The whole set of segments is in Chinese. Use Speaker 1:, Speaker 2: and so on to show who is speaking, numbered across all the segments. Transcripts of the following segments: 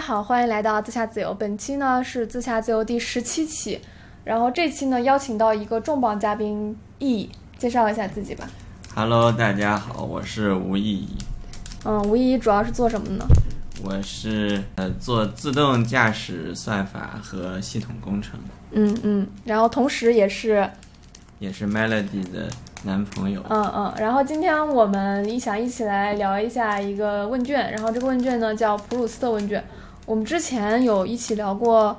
Speaker 1: 好，欢迎来到自下自由。本期呢是自下自由第十七期，然后这期呢邀请到一个重磅嘉宾 E，介绍一下自己吧。
Speaker 2: Hello，大家好，我是吴意义，
Speaker 1: 嗯，吴依主要是做什么呢？
Speaker 2: 我是呃做自动驾驶算法和系统工程，
Speaker 1: 嗯嗯，然后同时也是
Speaker 2: 也是 Melody 的男朋友。
Speaker 1: 嗯嗯，然后今天我们一想一起来聊一下一个问卷，然后这个问卷呢叫普鲁斯特问卷，我们之前有一起聊过，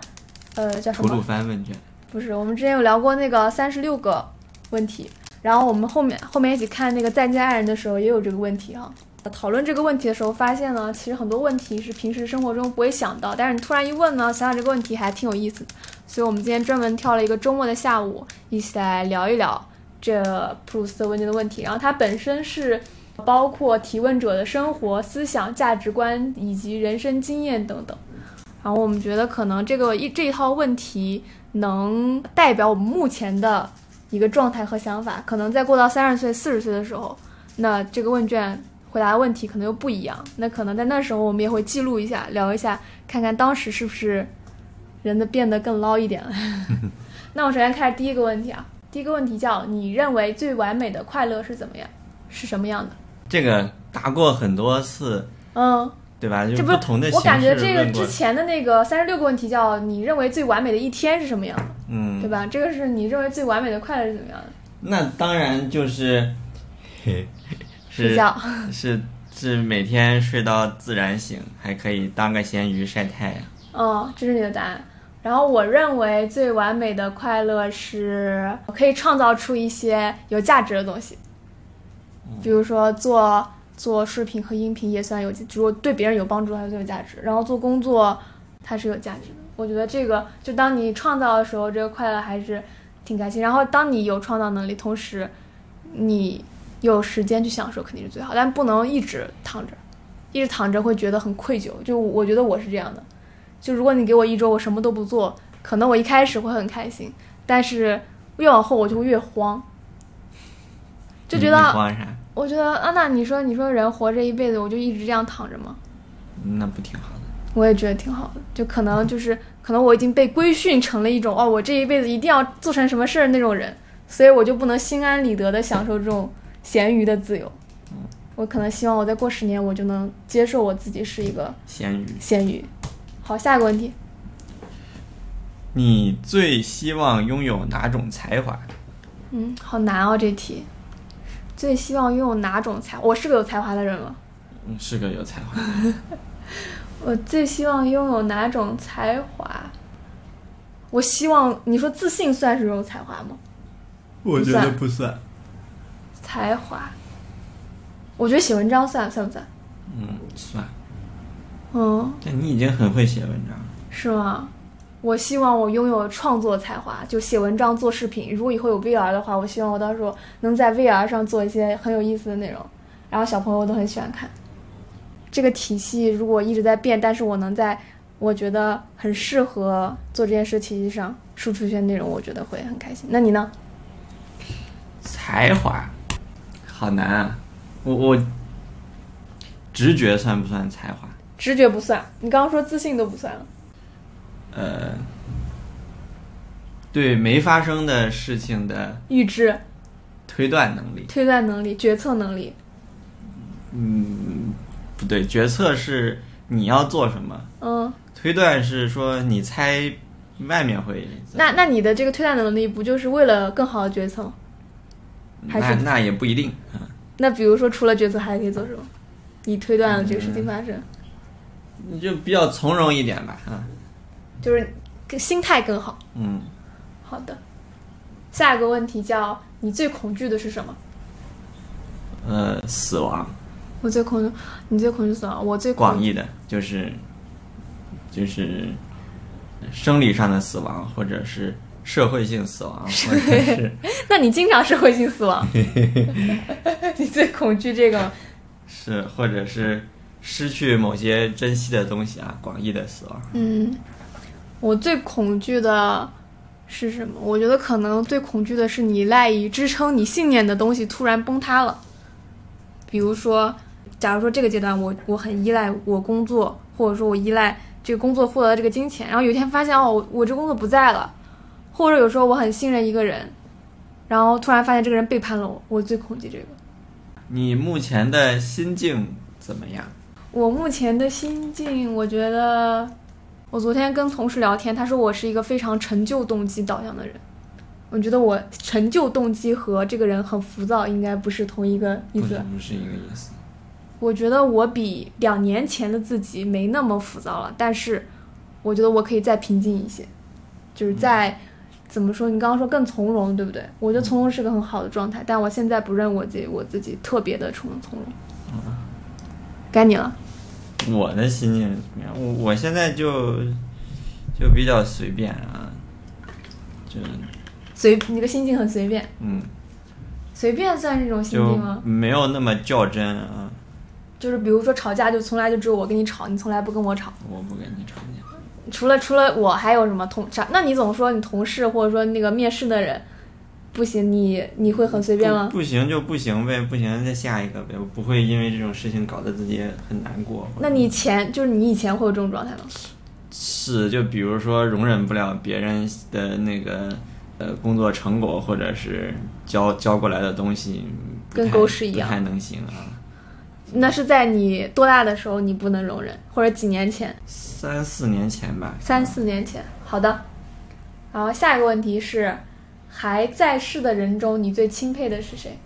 Speaker 1: 呃，叫什
Speaker 2: 吐鲁
Speaker 1: 么？
Speaker 2: 番问卷，
Speaker 1: 不是，我们之前有聊过那个三十六个问题，然后我们后面后面一起看那个《再见爱人》的时候也有这个问题啊。讨论这个问题的时候，发现呢，其实很多问题是平时生活中不会想到，但是你突然一问呢，想想这个问题还挺有意思的。所以我们今天专门挑了一个周末的下午，一起来聊一聊这普鲁斯特问卷的问题。然后它本身是包括提问者的生活、思想、价值观以及人生经验等等。然后我们觉得可能这个一这一套问题能代表我们目前的一个状态和想法，可能在过到三十岁、四十岁的时候，那这个问卷回答的问题可能又不一样。那可能在那时候我们也会记录一下，聊一下，看看当时是不是人的变得更捞一 点了。那我首先开始第一个问题啊，第一个问题叫你认为最完美的快乐是怎么样，是什么样的？
Speaker 2: 这个答过很多次，
Speaker 1: 嗯，
Speaker 2: 对吧？就是
Speaker 1: 这不
Speaker 2: 不同的
Speaker 1: 我
Speaker 2: 形
Speaker 1: 感觉
Speaker 2: 式
Speaker 1: 这个
Speaker 2: 问过
Speaker 1: 之。前的那个三十六个问题叫你认为最完美的一天是什么样的？对
Speaker 2: 嗯，
Speaker 1: 吧？这个是你认为最完美的快乐是怎么样的？
Speaker 2: 那当 然就是，嘿
Speaker 1: 睡
Speaker 2: 是
Speaker 1: 觉，
Speaker 2: 是是每天睡到自然醒，还可以当个咸鱼晒太阳。
Speaker 1: 嗯，这是你的答案。然后我认为最完美的快乐是可以创造出一些有价值的东西，比如说做做视频和音频也算有，如果对别人有帮助，它就有价值。然后做工作，它是有价值的。我觉得这个就当你创造的时候，这个快乐还是挺开心。然后当你有创造能力，同时你有时间去享受，肯定是最好，但不能一直躺着，一直躺着会觉得很愧疚。就我觉得我是这样的。就如果你给我一周我什么都不做，可能我一开始会很开心，但是越往后我就会越慌，就觉
Speaker 2: 你
Speaker 1: 得
Speaker 2: 你慌啊啥？
Speaker 1: 我觉得安娜，你说你说人活着一辈子，我就一直这样躺着吗？
Speaker 2: 嗯那不挺好的？
Speaker 1: 我也觉得挺好的，就可能就是可能我已经被规训成了一种哦，我这一辈子一定要做成什么事儿那种人，所以我就不能心安理得的享受这种闲余的自由。我可能希望我再过十年，我就能接受我自己是一个
Speaker 2: 咸鱼。
Speaker 1: 咸鱼。好，下一个问题，
Speaker 2: 你最希望拥有哪种才华？
Speaker 1: 嗯，好难哦这题。最希望拥有哪种才？我是个有才华的人吗？
Speaker 2: 嗯，是个有才华。
Speaker 1: 我最希望拥有哪种才华？我希望你说自信算是一种才华吗？
Speaker 2: 我
Speaker 1: 觉得
Speaker 2: 不算。
Speaker 1: 才华，我觉得写文章算算不算？
Speaker 2: 嗯，算。
Speaker 1: 嗯，
Speaker 2: 但你已经很会写文章了。
Speaker 1: 是吗？我希望我拥有创作才华，就写文章、做视频。如果以后有 VR 的话，我希望我到时候能在 VR 上做一些很有意思的内容，然后小朋友都很喜欢看。这个体系如果一直在变，但是我能在我觉得很适合做这件事体系上输出一些内容，我觉得会很开心。那你呢？
Speaker 2: 才华，好难啊！我我，直觉算不算才华？
Speaker 1: 直觉不算，你刚刚说自信都不算了。
Speaker 2: 呃，对没发生的事情的
Speaker 1: 预知、
Speaker 2: 推断能力。
Speaker 1: 推断能力、决策能力，
Speaker 2: 嗯，不对，决策是你要做什么，
Speaker 1: 嗯，
Speaker 2: 推断是说你猜外面会怎么
Speaker 1: 那那你的这个推断能力不就是为了更好的决策吗？还
Speaker 2: 那
Speaker 1: 是
Speaker 2: 那也不一定。嗯
Speaker 1: 那比如说除了决策还可以做什么？你推断了这个事情
Speaker 2: 嗯
Speaker 1: 发生，
Speaker 2: 你就比较从容一点吧，啊，
Speaker 1: 就是更心态更好。
Speaker 2: 嗯，
Speaker 1: 好的，下一个问题叫你最恐惧的是什么？
Speaker 2: 呃，死亡
Speaker 1: 我最恐惧，你最恐惧死亡，我最恐
Speaker 2: 广义的就是就是生理上的死亡，或者是社会性死 亡，或者是
Speaker 1: 那你经常社会性死亡， 你最恐惧这个吗？
Speaker 2: 是或者是失去某些珍惜的东西啊，广义的死亡。
Speaker 1: 嗯，我最恐惧的是什么？我觉得可能最恐惧的是你赖以支撑你信念的东西突然崩塌了。比如说，假如说这个阶段我我很依赖我工作，或者说我依赖这个工作获得了这个金钱，然后有一天发现哦，我我这工作不在了，或者有时候我很信任一个人，然后突然发现这个人背叛了我，我最恐惧这个。
Speaker 2: 你目前的心境怎么样？
Speaker 1: 我目前的心境，我觉得，我昨天跟同事聊天，他说我是一个非常成就动机导向的人。我觉得我成就动机和这个人很浮躁应该不是同一个意
Speaker 2: 不是
Speaker 1: 思。
Speaker 2: 不是一个意思。
Speaker 1: 我觉得我比两年前的自己没那么浮躁了，但是我觉得我可以再平静一些，就是
Speaker 2: 嗯
Speaker 1: 在、怎么说？你刚刚说更从容，对不对？我
Speaker 2: 嗯
Speaker 1: 觉得从容是个很好的状态，但我现在不认我自己，我自己特别的从从容。
Speaker 2: 嗯
Speaker 1: 该你了，
Speaker 2: 我的心境怎么样？我我现在就就比较随便啊，就
Speaker 1: 随你的心境很随便，
Speaker 2: 嗯，
Speaker 1: 随便算是一种心
Speaker 2: 就
Speaker 1: 境吗？
Speaker 2: 没有那么较真啊。
Speaker 1: 就是比如说吵架，就从来就只有我跟你吵，你从来不跟我吵。
Speaker 2: 我不跟你吵架，
Speaker 1: 除了除了我，还有什么同啥？那你总说你同事或者说那个面试的人不行，你你会很随便吗？
Speaker 2: 不不行就不行呗，不行再下一个呗。我不会因为这种事情搞得自己很难过。或者
Speaker 1: 那你以前就是你以前会有这种状态吗？
Speaker 2: 是就比如说容忍不了别人的那个呃工作成果，或者是交交过来的东西，不
Speaker 1: 跟
Speaker 2: 太
Speaker 1: 狗屎一样
Speaker 2: 不太能行啊。
Speaker 1: 那是在你多大的时候你不能容忍，或者几年前，
Speaker 2: 三四年前吧，
Speaker 1: 三四年前。好的，然后下一个问题是，还在世的人中你最钦佩的是谁？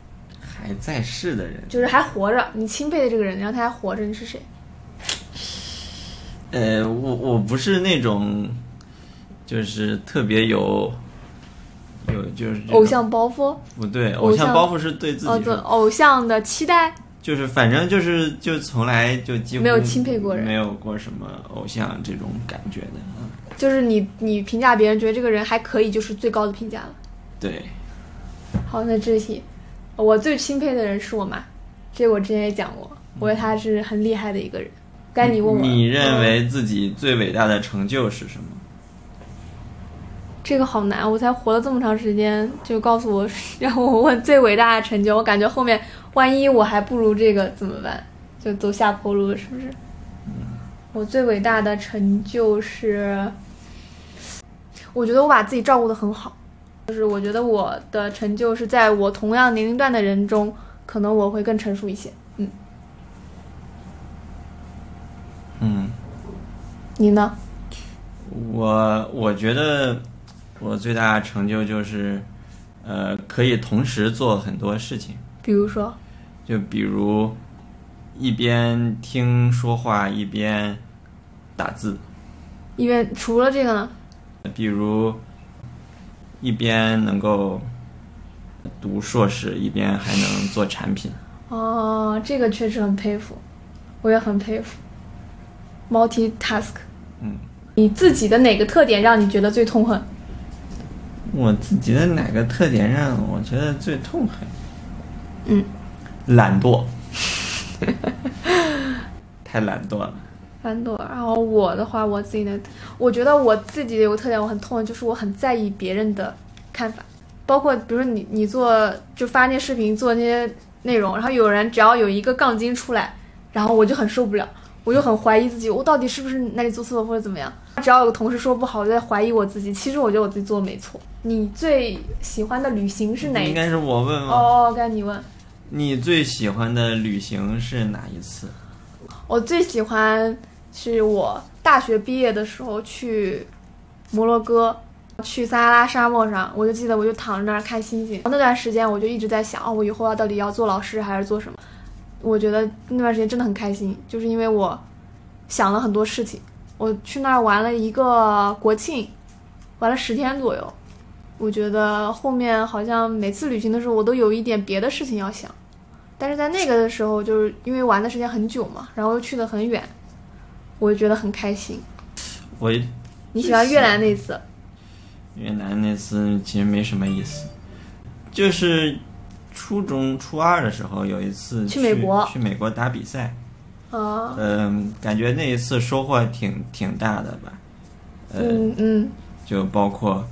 Speaker 2: 还在世的人，
Speaker 1: 就是还活着，你钦佩的这个人，然后他还活着，你是谁？
Speaker 2: 呃，我我不是那种，就是特别有，有就是这种
Speaker 1: 偶像包袱，
Speaker 2: 不对，
Speaker 1: 偶
Speaker 2: 偶像
Speaker 1: 像
Speaker 2: 包袱是对自
Speaker 1: 哦，
Speaker 2: 己
Speaker 1: 对，
Speaker 2: 说，
Speaker 1: 偶像的期待。
Speaker 2: 就是反正就是就从来就几乎
Speaker 1: 没有钦佩过人
Speaker 2: 没有过什么偶像这种感觉的，嗯，
Speaker 1: 就是你你评价别人，觉得这个人还可以，就是最高的评价了。
Speaker 2: 对，
Speaker 1: 好，那这题，我最钦佩的人是我妈，这我之前也讲过，我觉得她是很厉害的一个人。该你问我了，
Speaker 2: 你认
Speaker 1: 嗯
Speaker 2: 为自己最伟大的成就是什么？
Speaker 1: 这个好难？我才活了这么长时间，就告诉我 让我问最伟大的成就，我感觉后面万一我还不如这个怎么办？就走下坡路了，是不是？我最伟大的成就是，我觉得我把自己照顾得很好，就是我觉得我的成就是在我同样年龄段的人中，可能我会更成熟一些。嗯，
Speaker 2: 嗯，
Speaker 1: 你呢？
Speaker 2: 我我觉得我最大的成就就是，呃，可以同时做很多事情。
Speaker 1: 比如说，
Speaker 2: 就比如一边听说话一边打字，
Speaker 1: 因为除了这个呢，
Speaker 2: 比如一边能够读硕士，一边还能做产品。
Speaker 1: 哦，这个确实很佩服，我也很佩服。Multitask，
Speaker 2: 嗯，
Speaker 1: 你自己的哪个特点让你觉得最痛恨？
Speaker 2: 我自己的哪个特点让我觉得最痛恨？
Speaker 1: 嗯，
Speaker 2: 懒 惰，太懒惰了。
Speaker 1: 懒惰。然后我的话，我自己的，我觉得我自己有个特点，我很痛恨，就是我很在意别人的看法，包括比如说你你做就发那些视频做那些内容，然后有人只要有一个杠精出来，然后我就很受不了，我就很怀疑自己，我到底是不是哪里做错了或者怎么样。只要有个同事说不好，我就在怀疑我自己。其实我觉得我自己做的没错。你最喜欢的旅行是哪一次？
Speaker 2: 应该是我问吗？
Speaker 1: 哦，该你问。
Speaker 2: 你最喜欢的旅行是哪一次？
Speaker 1: 我最喜欢是我大学毕业的时候去摩洛哥，去撒哈拉沙漠上，我就记得我就躺在那儿看星星。那段时间我就一直在想，哦，我以后要到底要做老师还是做什么？我觉得那段时间真的很开心，就是因为我想了很多事情。我去那儿玩了一个国庆，玩了十天左右。我觉得后面好像每次旅行的时候，我都有一点别的事情要想。但是在那个的时候，就是因为玩的时间很久嘛，然后又去的很远，我就觉得很开心。
Speaker 2: 我
Speaker 1: 你喜欢越南那次？
Speaker 2: 越南那次其实没什么意思，就是初中初二的时候有一次
Speaker 1: 去美国
Speaker 2: 去美国打比赛，
Speaker 1: 啊，
Speaker 2: 嗯，感觉那一次收获挺挺大的吧，呃，
Speaker 1: 嗯嗯，
Speaker 2: 就包括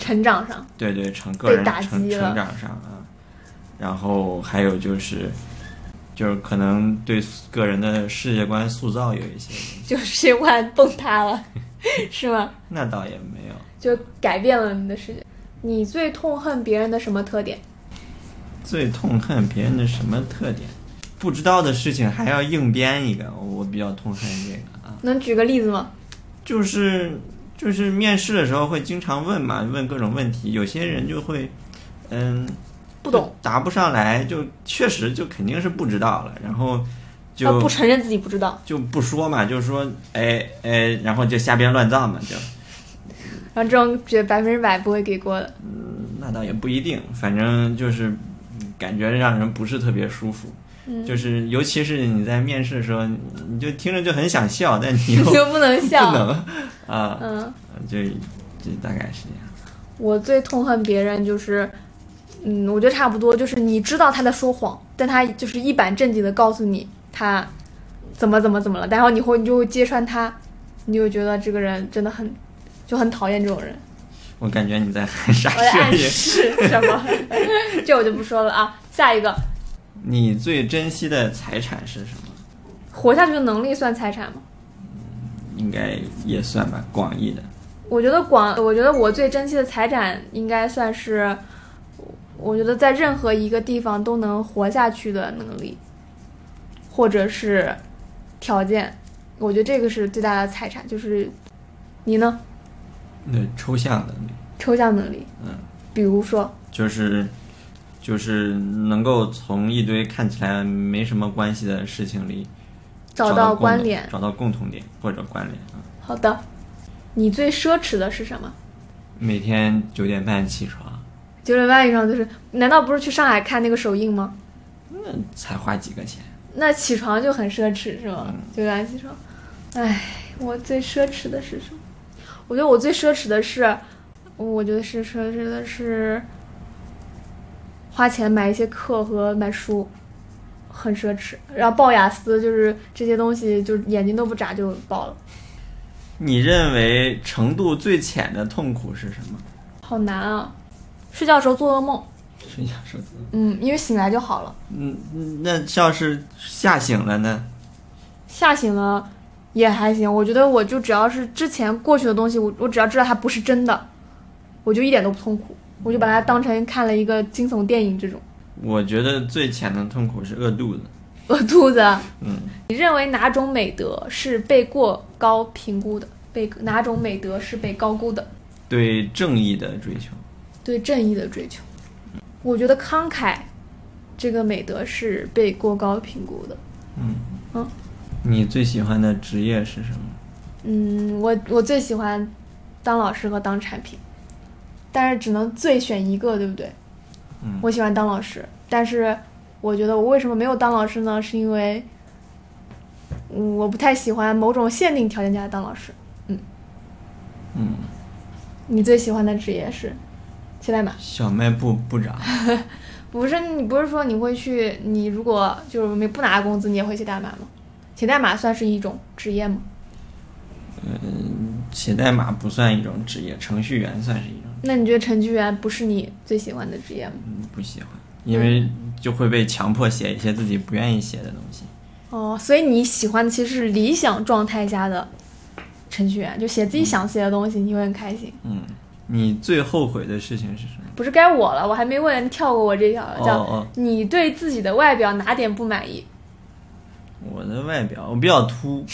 Speaker 1: 成长上，
Speaker 2: 对对成个人
Speaker 1: 被打击
Speaker 2: 成
Speaker 1: 了
Speaker 2: 成长上啊，然后还有就是就是可能对个人的世界观塑造有一些影响。
Speaker 1: 就是这万崩塌了， 是吗？
Speaker 2: 那倒也没有，
Speaker 1: 就改变了你的世界。你最痛恨别人的什么特点？
Speaker 2: 最痛恨别人的什么特点？不知道的事情还要硬编一个，我比较痛恨这个啊。
Speaker 1: 能举个例子吗？
Speaker 2: 就是就是面试的时候会经常问嘛，问各种问题，有些人就会，嗯，
Speaker 1: 不懂，
Speaker 2: 答不上来，就确实就肯定是不知道了，然后
Speaker 1: 他
Speaker 2: 就
Speaker 1: 啊不承认自己不知道，
Speaker 2: 就不说嘛，就说哎哎，然后就瞎编乱造嘛，就
Speaker 1: 然后这种觉得百分之百不会给过的。
Speaker 2: 那倒也不一定，反正就是嗯感觉让人不是特别舒服。
Speaker 1: 嗯
Speaker 2: 就是，尤其是你在面试的时候，你你就听着就很想笑，但 你又
Speaker 1: 你又不能
Speaker 2: 不
Speaker 1: 笑。
Speaker 2: 能啊，
Speaker 1: 嗯，
Speaker 2: 就就大概是这样。
Speaker 1: 我最痛恨别人就是，嗯，我觉得差不多，就是你知道他在说谎，但他就是一板正经的告诉你他怎么怎么怎么了，然后你会你就会揭穿他，你就会觉得这个人真的很就很讨厌这种人。
Speaker 2: 我感觉你在很傻
Speaker 1: 我的暗
Speaker 2: 事业。
Speaker 1: 示什么？ 这我就不说了啊。下一个，
Speaker 2: 你最珍惜的财产是什么？
Speaker 1: 活下去的能力算财产吗？
Speaker 2: 应该也算吧，广义的。
Speaker 1: 我觉得广，我觉得我最珍惜的财产应该算是，我觉得在任何一个地方都能活下去的能力，或者是条件，我觉得这个是最大的财产。就是你呢，
Speaker 2: 那抽象的，
Speaker 1: 抽象能力，
Speaker 2: 嗯，
Speaker 1: 比如说，
Speaker 2: 就是就是能够从一堆看起来没什么关系的事情里
Speaker 1: 找
Speaker 2: 到
Speaker 1: 到
Speaker 2: 共
Speaker 1: 关
Speaker 2: 同
Speaker 1: 联。
Speaker 2: 找到共同点或者关联啊。
Speaker 1: 好的，你最奢侈的是什么？
Speaker 2: 每天九点半起床，
Speaker 1: 九点半以上就是，难道不是去上海看那个首映吗？
Speaker 2: 那才花几个钱？
Speaker 1: 那起床就很奢侈是吗？九点起床，唉，我最奢侈的是什么？我觉得我最奢侈的是，我觉得是奢侈的是花钱买一些课和买书，很奢侈。然后报雅思就是这些东西，就是眼睛都不眨就报了，
Speaker 2: 你认为程度最浅的痛苦是什么？
Speaker 1: 好难啊！睡觉的时候做噩梦，
Speaker 2: 睡觉时候做噩梦。
Speaker 1: 嗯，因为醒来就好了。
Speaker 2: 嗯，嗯那要是吓醒了呢？
Speaker 1: 吓醒了也还行，我觉得我就只要是之前过去的东西，我我只要知道它不是真的，我就一点都不痛苦，我就把它当成看了一个惊悚电影这种。
Speaker 2: 我觉得最浅的痛苦是饿肚子。
Speaker 1: 饿肚子，啊
Speaker 2: 嗯，
Speaker 1: 你认为哪种美德是被过高评估的？被哪种美德是被高估的？
Speaker 2: 对正义的追求。
Speaker 1: 对正义的追求，我觉得慷慨这个美德是被过高评估的。
Speaker 2: 嗯你最喜欢的职业是什么？
Speaker 1: 嗯，我我最喜欢当老师和当产品，但是只能最选一个，对不对？
Speaker 2: 嗯
Speaker 1: 我喜欢当老师，但是我觉得我为什么没有当老师呢？是因为，嗯，我不太喜欢某种限定条件下的当老师。
Speaker 2: 嗯，
Speaker 1: 你最喜欢的职业是写代码？
Speaker 2: 小卖部部长。
Speaker 1: 不是你不是说你会去？你如果就是没不拿工资，你也会写代码吗？写代码算是一种职业吗？
Speaker 2: 写代码不算一种职业，程序员算是一种，
Speaker 1: 那你觉得程序员不是你最喜欢的职业吗？
Speaker 2: 嗯，不喜欢，因为就会被强迫写一些自己不愿意写的东西。
Speaker 1: 哦，所以你喜欢的其实是理想状态下的程序员，就写自己想写的东西，你会很开心。
Speaker 2: 嗯，你最后悔的事情是什么？
Speaker 1: 不是该我了，我还没问，你跳过我这条了。呃叫、
Speaker 2: 哦哦
Speaker 1: 你对自己的外表哪点不满意？
Speaker 2: 哦我的外表，我比较秃，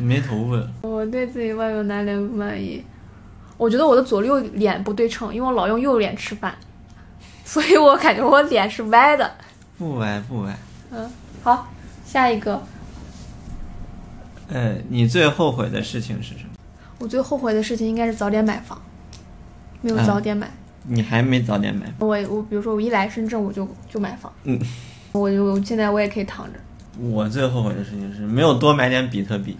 Speaker 2: 没头发。
Speaker 1: 我对自己外表哪点不满意？我觉得我的左右脸不对称，因为我老用右脸吃饭， 所以我感觉我脸是歪的。
Speaker 2: 不歪不歪。
Speaker 1: 嗯，好，下一个，
Speaker 2: 呃，你最后悔的事情是什么？
Speaker 1: 我最后悔的事情应该是早点买房，没有
Speaker 2: 嗯
Speaker 1: 早点买。
Speaker 2: 你还没早点买。
Speaker 1: 我我比如说我一来深圳我就就买房，
Speaker 2: 嗯，
Speaker 1: 我就我现在我也可以躺着。
Speaker 2: 我最后悔的事情是没有多买点比特币，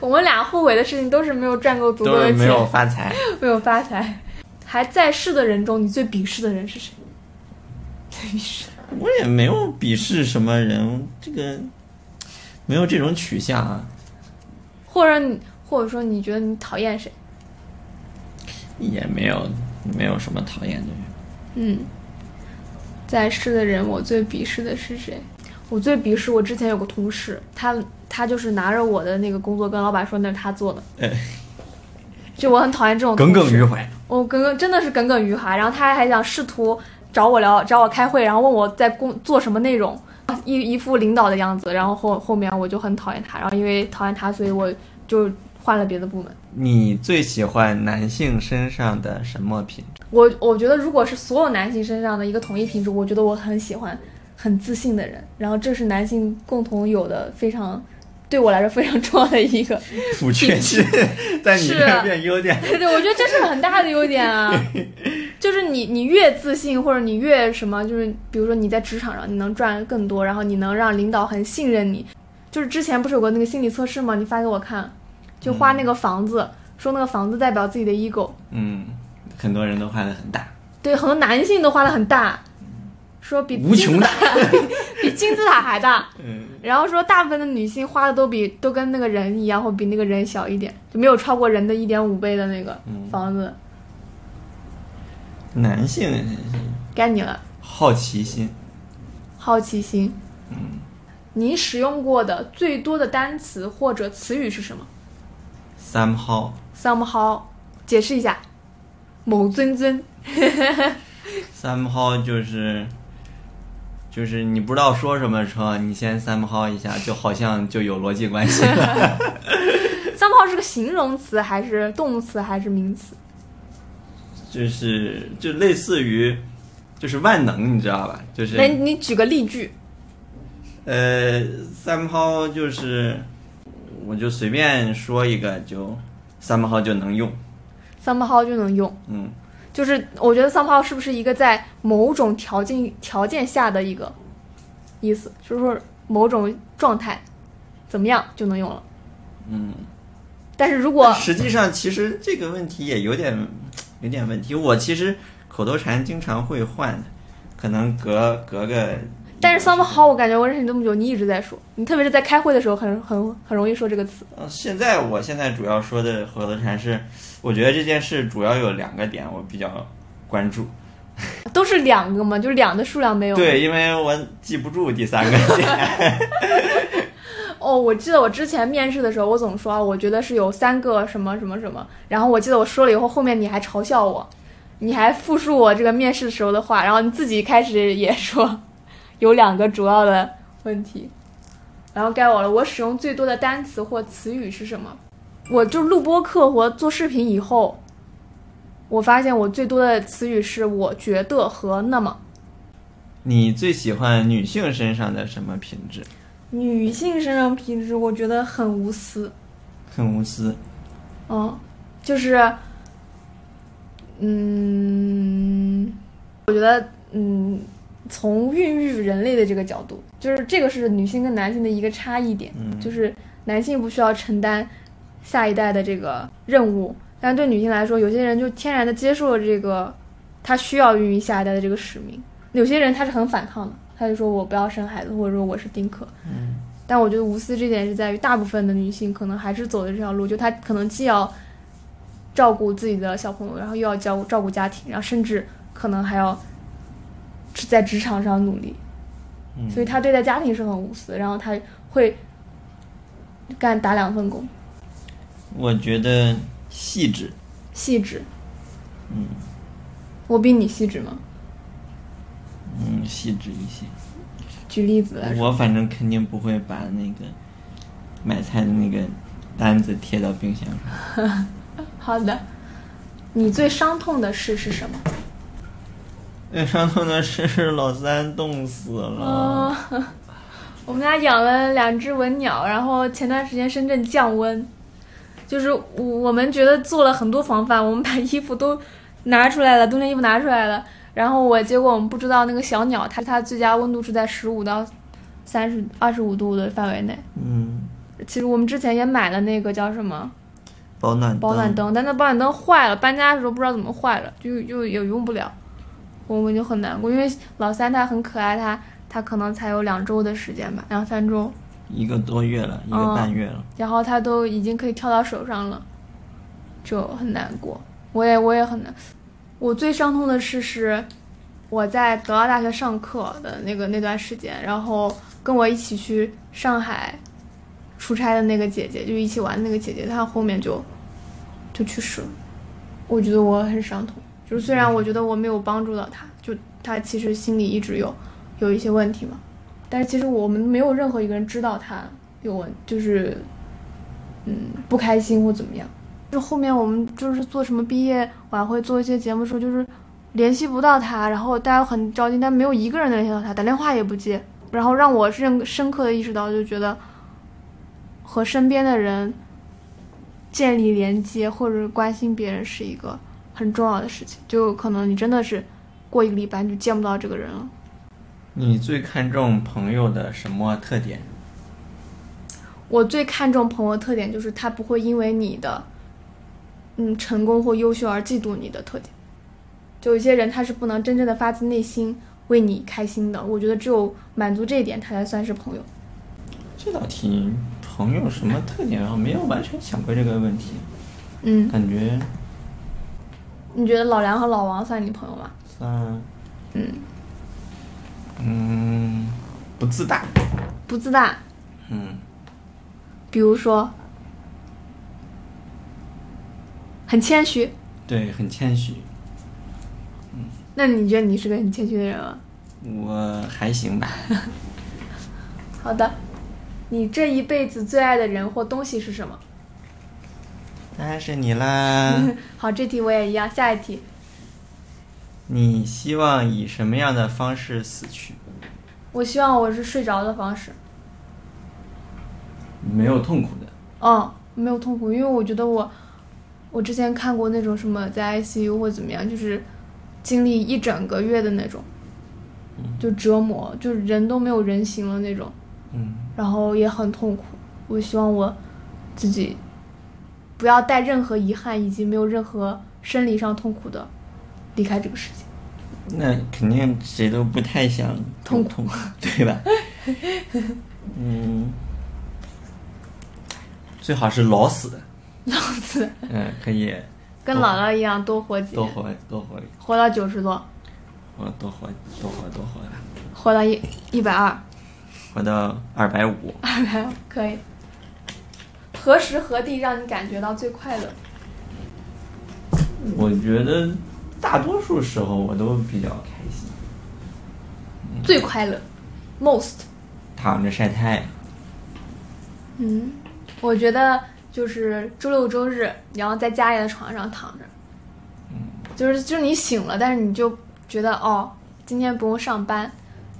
Speaker 1: 我们俩后悔的事情都是没有赚够足够
Speaker 2: 都
Speaker 1: 的
Speaker 2: 是
Speaker 1: 钱，
Speaker 2: 没有发财。
Speaker 1: 没有发财。还在世的人中，你最鄙视的人是谁？ 最鄙视
Speaker 2: 我也没有鄙视什么人，这个没有这种取向啊。
Speaker 1: 或者你或者说你觉得你讨厌谁？
Speaker 2: 也没有没有什么讨厌的人。
Speaker 1: 嗯，在世的人，我最鄙视的是谁？我最鄙视我之前有个同事，他他就是拿着我的那个工作跟老板说那是他做的，
Speaker 2: 哎，
Speaker 1: 就我很讨厌这种
Speaker 2: 耿耿于
Speaker 1: 怀，
Speaker 2: 怀。
Speaker 1: 我耿耿真的是耿耿于怀，然后他还想试图找我聊，找我开会，然后问我在工做什么内容，一一副领导的样子，然后后后面我就很讨厌他，然后因为讨厌他，所以我就换了别的部门。
Speaker 2: 你最喜欢男性身上的什么品质？
Speaker 1: 我我觉得如果是所有男性身上的一个统一品质，我觉得我很喜欢很自信的人，然后这是男性共同有的非常对我来说非常重要的一个，
Speaker 2: 不确啊是 在你这儿变优点。
Speaker 1: 对，我觉得这是很大的优点 啊。就是你你越自信或者你越什么，就是比如说你在职场上你能赚更多，然后你能让领导很信任你。就是之前不是有个那个心理测试吗？你发给我看，就画那个房子，说那个房子代表自己的 ego。
Speaker 2: 嗯，很多人都画的很大，
Speaker 1: 对，很多男性都画的很大，说比
Speaker 2: 无穷大。
Speaker 1: 比金字塔还大。
Speaker 2: 嗯，
Speaker 1: 然后说大部分的女性花的都比都跟那个人一样，或比那个人小一点，就没有超过人的一点五倍的那个
Speaker 2: 嗯
Speaker 1: 房子。
Speaker 2: 男性
Speaker 1: 该你了，
Speaker 2: 好奇心，
Speaker 1: 好奇心。嗯，你使用过的最多的单词或者词语是什么
Speaker 2: somehow
Speaker 1: ？somehow，解释一下。某尊尊，
Speaker 2: somehow 就是就是你不知道说什么的时候，你先 somehow 一下，就好像就有逻辑关 系了。
Speaker 1: somehow 是个形容词还是动词还是名词？
Speaker 2: 就是就类似于就是万能，你知道吧？就是
Speaker 1: 那你举个例句。
Speaker 2: 呃，somehow 就是我就随便说一个，就 somehow 就能用。
Speaker 1: somehow 就能用，
Speaker 2: 嗯，
Speaker 1: 就是我觉得 somehow 是不是一个在某种条件条件下的一个意思，就是说某种状态怎么样就能用了。
Speaker 2: 嗯，
Speaker 1: 但是如果
Speaker 2: 实际上其实这个问题也有点有点问题。我其实口头禅经常会换的，可能隔隔个。
Speaker 1: 但是 somehow 我感觉我认识你这么久，你一直在说，你特别是在开会的时候很很很容易说这个词。
Speaker 2: 呃，现在我现在主要说的口头禅是，我觉得这件事主要有两个点我比较关注。
Speaker 1: 都是两个嘛，就是两的数量没有。
Speaker 2: 对，因为我记不住第三 个点。
Speaker 1: 哦，我记得我之前面试的时候，我总说啊，我觉得是有三个什么什么什么，然后我记得我说了以后，后面你还嘲笑我，你还复述我这个面试时候的话，然后你自己开始也说有两个主要的问题，然后该我了，我使用最多的单词或词语是什么？我就录播课或做视频以后，我发现我最多的词语是我觉得和那么。
Speaker 2: 你最喜欢女性身上的什么品质？
Speaker 1: 女性身上品质，我觉得很无私。
Speaker 2: 很无私。
Speaker 1: 嗯，就是，嗯，我觉得，嗯，从孕育人类的这个角度，就是这个是女性跟男性的一个差异点，
Speaker 2: 嗯
Speaker 1: 就是男性不需要承担下一代的这个任务，但是对女性来说，有些人就天然的接受了这个，她需要孕育下一代的这个使命，有些人他是很反抗的，他就说我不要生孩子，或者说我是丁克，但我觉得无私这点是在于大部分的女性可能还是走的这条路，就她可能既要照顾自己的小朋友，然后又要照照顾家庭，然后甚至可能还要在职场上努力，
Speaker 2: 嗯
Speaker 1: 所以她对待家庭是很无私，然后她会干打两份工，
Speaker 2: 我觉得细致，
Speaker 1: 细致。
Speaker 2: 嗯
Speaker 1: 我比你细致吗？
Speaker 2: 嗯，细致一些。
Speaker 1: 举例子来说，
Speaker 2: 我反正肯定不会把那个买菜的那个单子贴到冰箱上。
Speaker 1: 好的。你最伤痛的事是什么？
Speaker 2: 最伤痛的是老三冻死了，
Speaker 1: 嗯， 我们家养了两只文鸟，然后前段时间深圳降温，就是我们觉得做了很多防范，我们把衣服都拿出来了，冬天衣服拿出来了，然后我结果我们不知道那个小鸟它它最佳温度是在十五到三十二十五度的范围内。
Speaker 2: 嗯，
Speaker 1: 其实我们之前也买了那个叫什么
Speaker 2: 保暖
Speaker 1: 保暖，灯，但那保暖灯坏了，搬家的时候不知道怎么坏了，就就也用不了，我们就很难过，因为老三他很可爱，他他可能才有两周的时间吧，两三周，
Speaker 2: 一个多月了，一
Speaker 1: 哦
Speaker 2: 个半月了。
Speaker 1: 然后他都已经可以跳到手上了，就很难过，我也我也很难，我最伤痛的事是，我在德奥大学上课的那个那段时间，然后跟我一起去上海出差的那个姐姐，就一起玩的那个姐姐，她后面就就去世了。我觉得我很伤痛，就是虽然我觉得我没有帮助到她，就她其实心里一直有有一些问题嘛，但是其实我们没有任何一个人知道她有问，就是嗯不开心或怎么样。就后面我们就是做什么毕业晚会，做一些节目的时候，就是联系不到他，然后大家很着急，但没有一个人能联系到他，打电话也不接，然后让我深深刻的意识到，就觉得和身边的人建立连接或者关心别人是一个很重要的事情，就可能你真的是过一个礼拜你就见不到这个人了。
Speaker 2: 你最看重朋友的什么特点？
Speaker 1: 我最看重朋友的特点就是他不会因为你的。嗯成功或优秀而嫉妒你的特点。就有些人他是不能真正的发自内心为你开心的，我觉得只有满足这一点，他才算是朋友。
Speaker 2: 这道题朋友什么特点啊？没有完全想过这个问题，
Speaker 1: 嗯，
Speaker 2: 感觉
Speaker 1: 你觉得老梁和老王算你朋友吗？
Speaker 2: 算
Speaker 1: 嗯，
Speaker 2: 嗯不自大，
Speaker 1: 不自大，
Speaker 2: 嗯
Speaker 1: 比如说很谦虚。
Speaker 2: 对，很谦虚。
Speaker 1: 那你觉得你是个很谦虚的人吗？
Speaker 2: 我还行吧，
Speaker 1: 好的，你这一辈子最爱的人或东西是什么？
Speaker 2: 当然是你 啦。
Speaker 1: 好，这题我也一样。下一题，
Speaker 2: 你希望以什么样的方式死去？
Speaker 1: 我希望我是睡着的方式。
Speaker 2: 没有痛苦的。
Speaker 1: 嗯，没有痛苦，因为我觉得我，我之前看过那种什么在 ICU 或怎么样，就是经历一整个月的那种，就折磨，就是人都没有人形了那种，
Speaker 2: 嗯，
Speaker 1: 然后也很痛苦。我希望我自己不要带任何遗憾，以及没有任何生理上痛苦的离开这个世界。
Speaker 2: 那肯定谁都不太想
Speaker 1: 痛
Speaker 2: 痛， 对吧？嗯，最好是老死的。
Speaker 1: 老子
Speaker 2: 嗯，可以
Speaker 1: 跟姥姥一样多活几
Speaker 2: 多
Speaker 1: 年，
Speaker 2: 活多活
Speaker 1: 活到九十多，
Speaker 2: 活多活多活多活，
Speaker 1: 活到一一百二。
Speaker 2: 活到二百 五。
Speaker 1: 可以。何时何地让你感觉到最快乐？
Speaker 2: 我觉得大多数时候我都比较开心，
Speaker 1: 最快乐，most。
Speaker 2: 躺着晒太阳。
Speaker 1: 嗯，我觉得就是周六周日，然后在家里的床上躺着，就是就是你醒了，但是你就觉得哦，今天不用上班，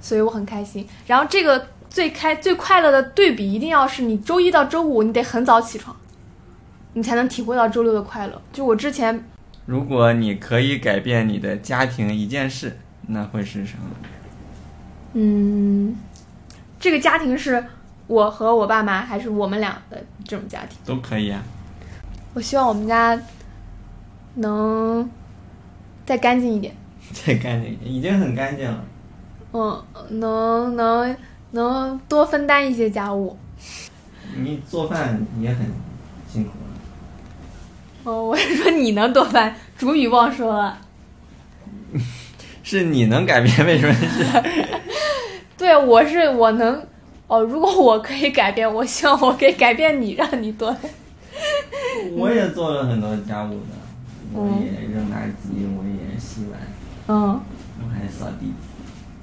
Speaker 1: 所以我很开心。然后这个最开最快乐的对比，一定要是你周一到周五，你得很早起床，你才能体会到周六的快乐。就我之前
Speaker 2: 如果你可以改变你的家庭一件事，那会是什么？
Speaker 1: 嗯，这个家庭是我和我爸妈，还是我们俩的这种家庭？
Speaker 2: 都可以啊。
Speaker 1: 我希望我们家能再干净一点，
Speaker 2: 再干净一点，已经很干净了。
Speaker 1: 嗯，能能能多分担一些家务。
Speaker 2: 你做饭也很辛苦了。
Speaker 1: 哦，我是说你能多分，主语忘说了。
Speaker 2: 是你能改变，为什么 是？
Speaker 1: 对，我是我能。哦，如果我可以改变，我希望我可以改变你，让你多。
Speaker 2: 我也做了很多家务的，我也扔垃圾，我也洗碗，
Speaker 1: 嗯，
Speaker 2: 我还扫地，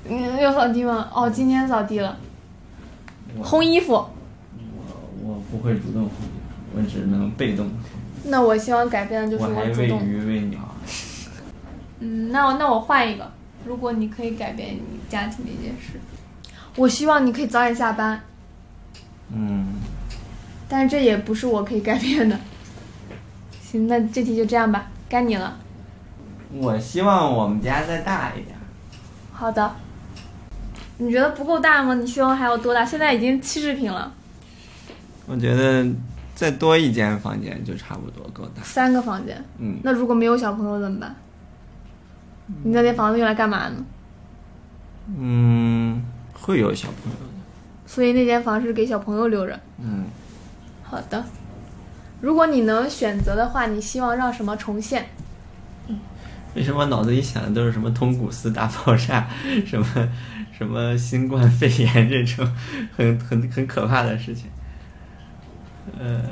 Speaker 1: 你要扫地吗？哦，今天扫地了，
Speaker 2: 我
Speaker 1: 烘衣服。
Speaker 2: 我我不会主动烘衣服，我只能被动。
Speaker 1: 那我希望改变的就是
Speaker 2: 我还
Speaker 1: 主
Speaker 2: 喂
Speaker 1: 动。
Speaker 2: 鱼喂鸟，
Speaker 1: 嗯，那我那我换一个。如果你可以改变你家庭的一件事，我希望你可以早点下班，
Speaker 2: 嗯，
Speaker 1: 但是这也不是我可以改变的。行，那这题就这样吧，该你了。
Speaker 2: 我希望我们家再大一点。
Speaker 1: 好的。你觉得不够大吗？你希望还要多大？现在已经七十平了，
Speaker 2: 我觉得再多一间房间就差不多够大。
Speaker 1: 三个房间。
Speaker 2: 嗯，
Speaker 1: 那如果没有小朋友怎么办？你那间房子用来干嘛呢？
Speaker 2: 嗯，会有小朋友的。
Speaker 1: 所以那间房是给小朋友留着。
Speaker 2: 嗯，
Speaker 1: 好的。如果你能选择的话，你希望让什么重现？
Speaker 2: 为什么脑子里想的都是什么通古斯大爆炸，什么 什么新冠肺炎这种很很很可怕的事情？呃，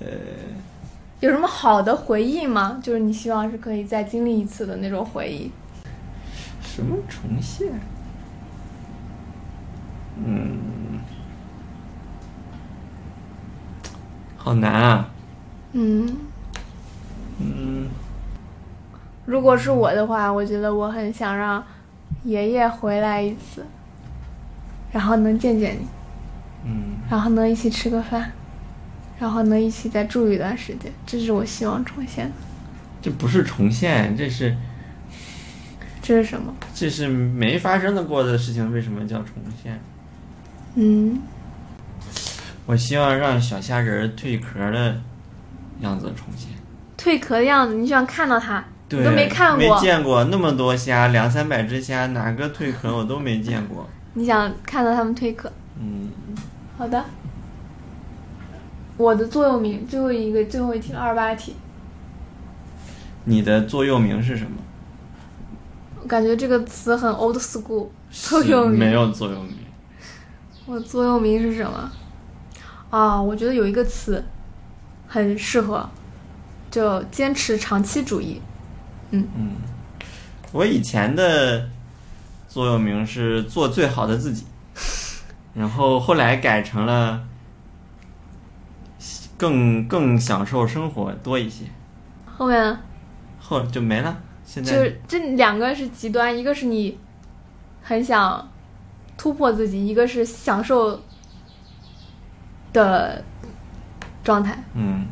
Speaker 2: 呃，
Speaker 1: 有什么好的回忆吗？就是你希望是可以再经历一次的那种回忆。
Speaker 2: 什么重现？嗯，好难啊。
Speaker 1: 嗯，
Speaker 2: 嗯，
Speaker 1: 如果是我的话，我觉得我很想让爷爷回来一次，然后能见见你，
Speaker 2: 嗯，
Speaker 1: 然后能一起吃个饭，然后能一起再住一段时间，这是我希望重现的。
Speaker 2: 这不是重现，这是
Speaker 1: 这是什么？
Speaker 2: 这是没发生的过的事情，为什么叫重现？
Speaker 1: 嗯，
Speaker 2: 我希望让小虾仁儿蜕壳的样子重现。
Speaker 1: 蜕壳的样子，你就想看到他，
Speaker 2: 对，
Speaker 1: 你都没看
Speaker 2: 没
Speaker 1: 过，
Speaker 2: 见过那么多虾，两三百只虾，哪个蜕壳我都没见过。
Speaker 1: 你想看到他们蜕壳。
Speaker 2: 嗯，
Speaker 1: 好的，我的座右铭最后一个最后一题了，二十八题，
Speaker 2: 你的座右铭是什么？
Speaker 1: 我感觉这个词很 old school。座右铭
Speaker 2: 是没有座右铭。
Speaker 1: 我的座右铭是什么？啊，我觉得有一个词很适合，就坚持长期主义。
Speaker 2: 嗯，我以前的座右铭是做最好的自己， 然后后来改成了更更享受生活多一些，
Speaker 1: 后面呢
Speaker 2: 后就没了。现
Speaker 1: 就
Speaker 2: 在
Speaker 1: 是这两个是极端，一个是你很想突破自己，一个是享受的状态。
Speaker 2: 嗯，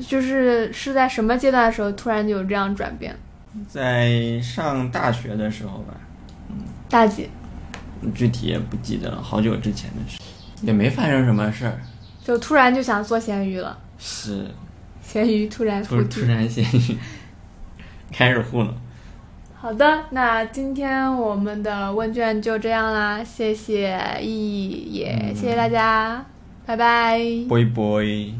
Speaker 1: 就是是在什么阶段的时候突然就有这样转变？
Speaker 2: 在上大学的时候吧，
Speaker 1: 大几？
Speaker 2: 具体也不记得了，好久之前的事，也没发生什么事儿，
Speaker 1: 就突然就想做咸鱼了，
Speaker 2: 是
Speaker 1: 咸鱼突然
Speaker 2: 突
Speaker 1: 复
Speaker 2: 突
Speaker 1: 地。
Speaker 2: 然间 开始糊弄。
Speaker 1: 好的，那今天我们的问卷就这样啦，谢谢意义，也谢谢大家，拜拜。
Speaker 2: 波一波一。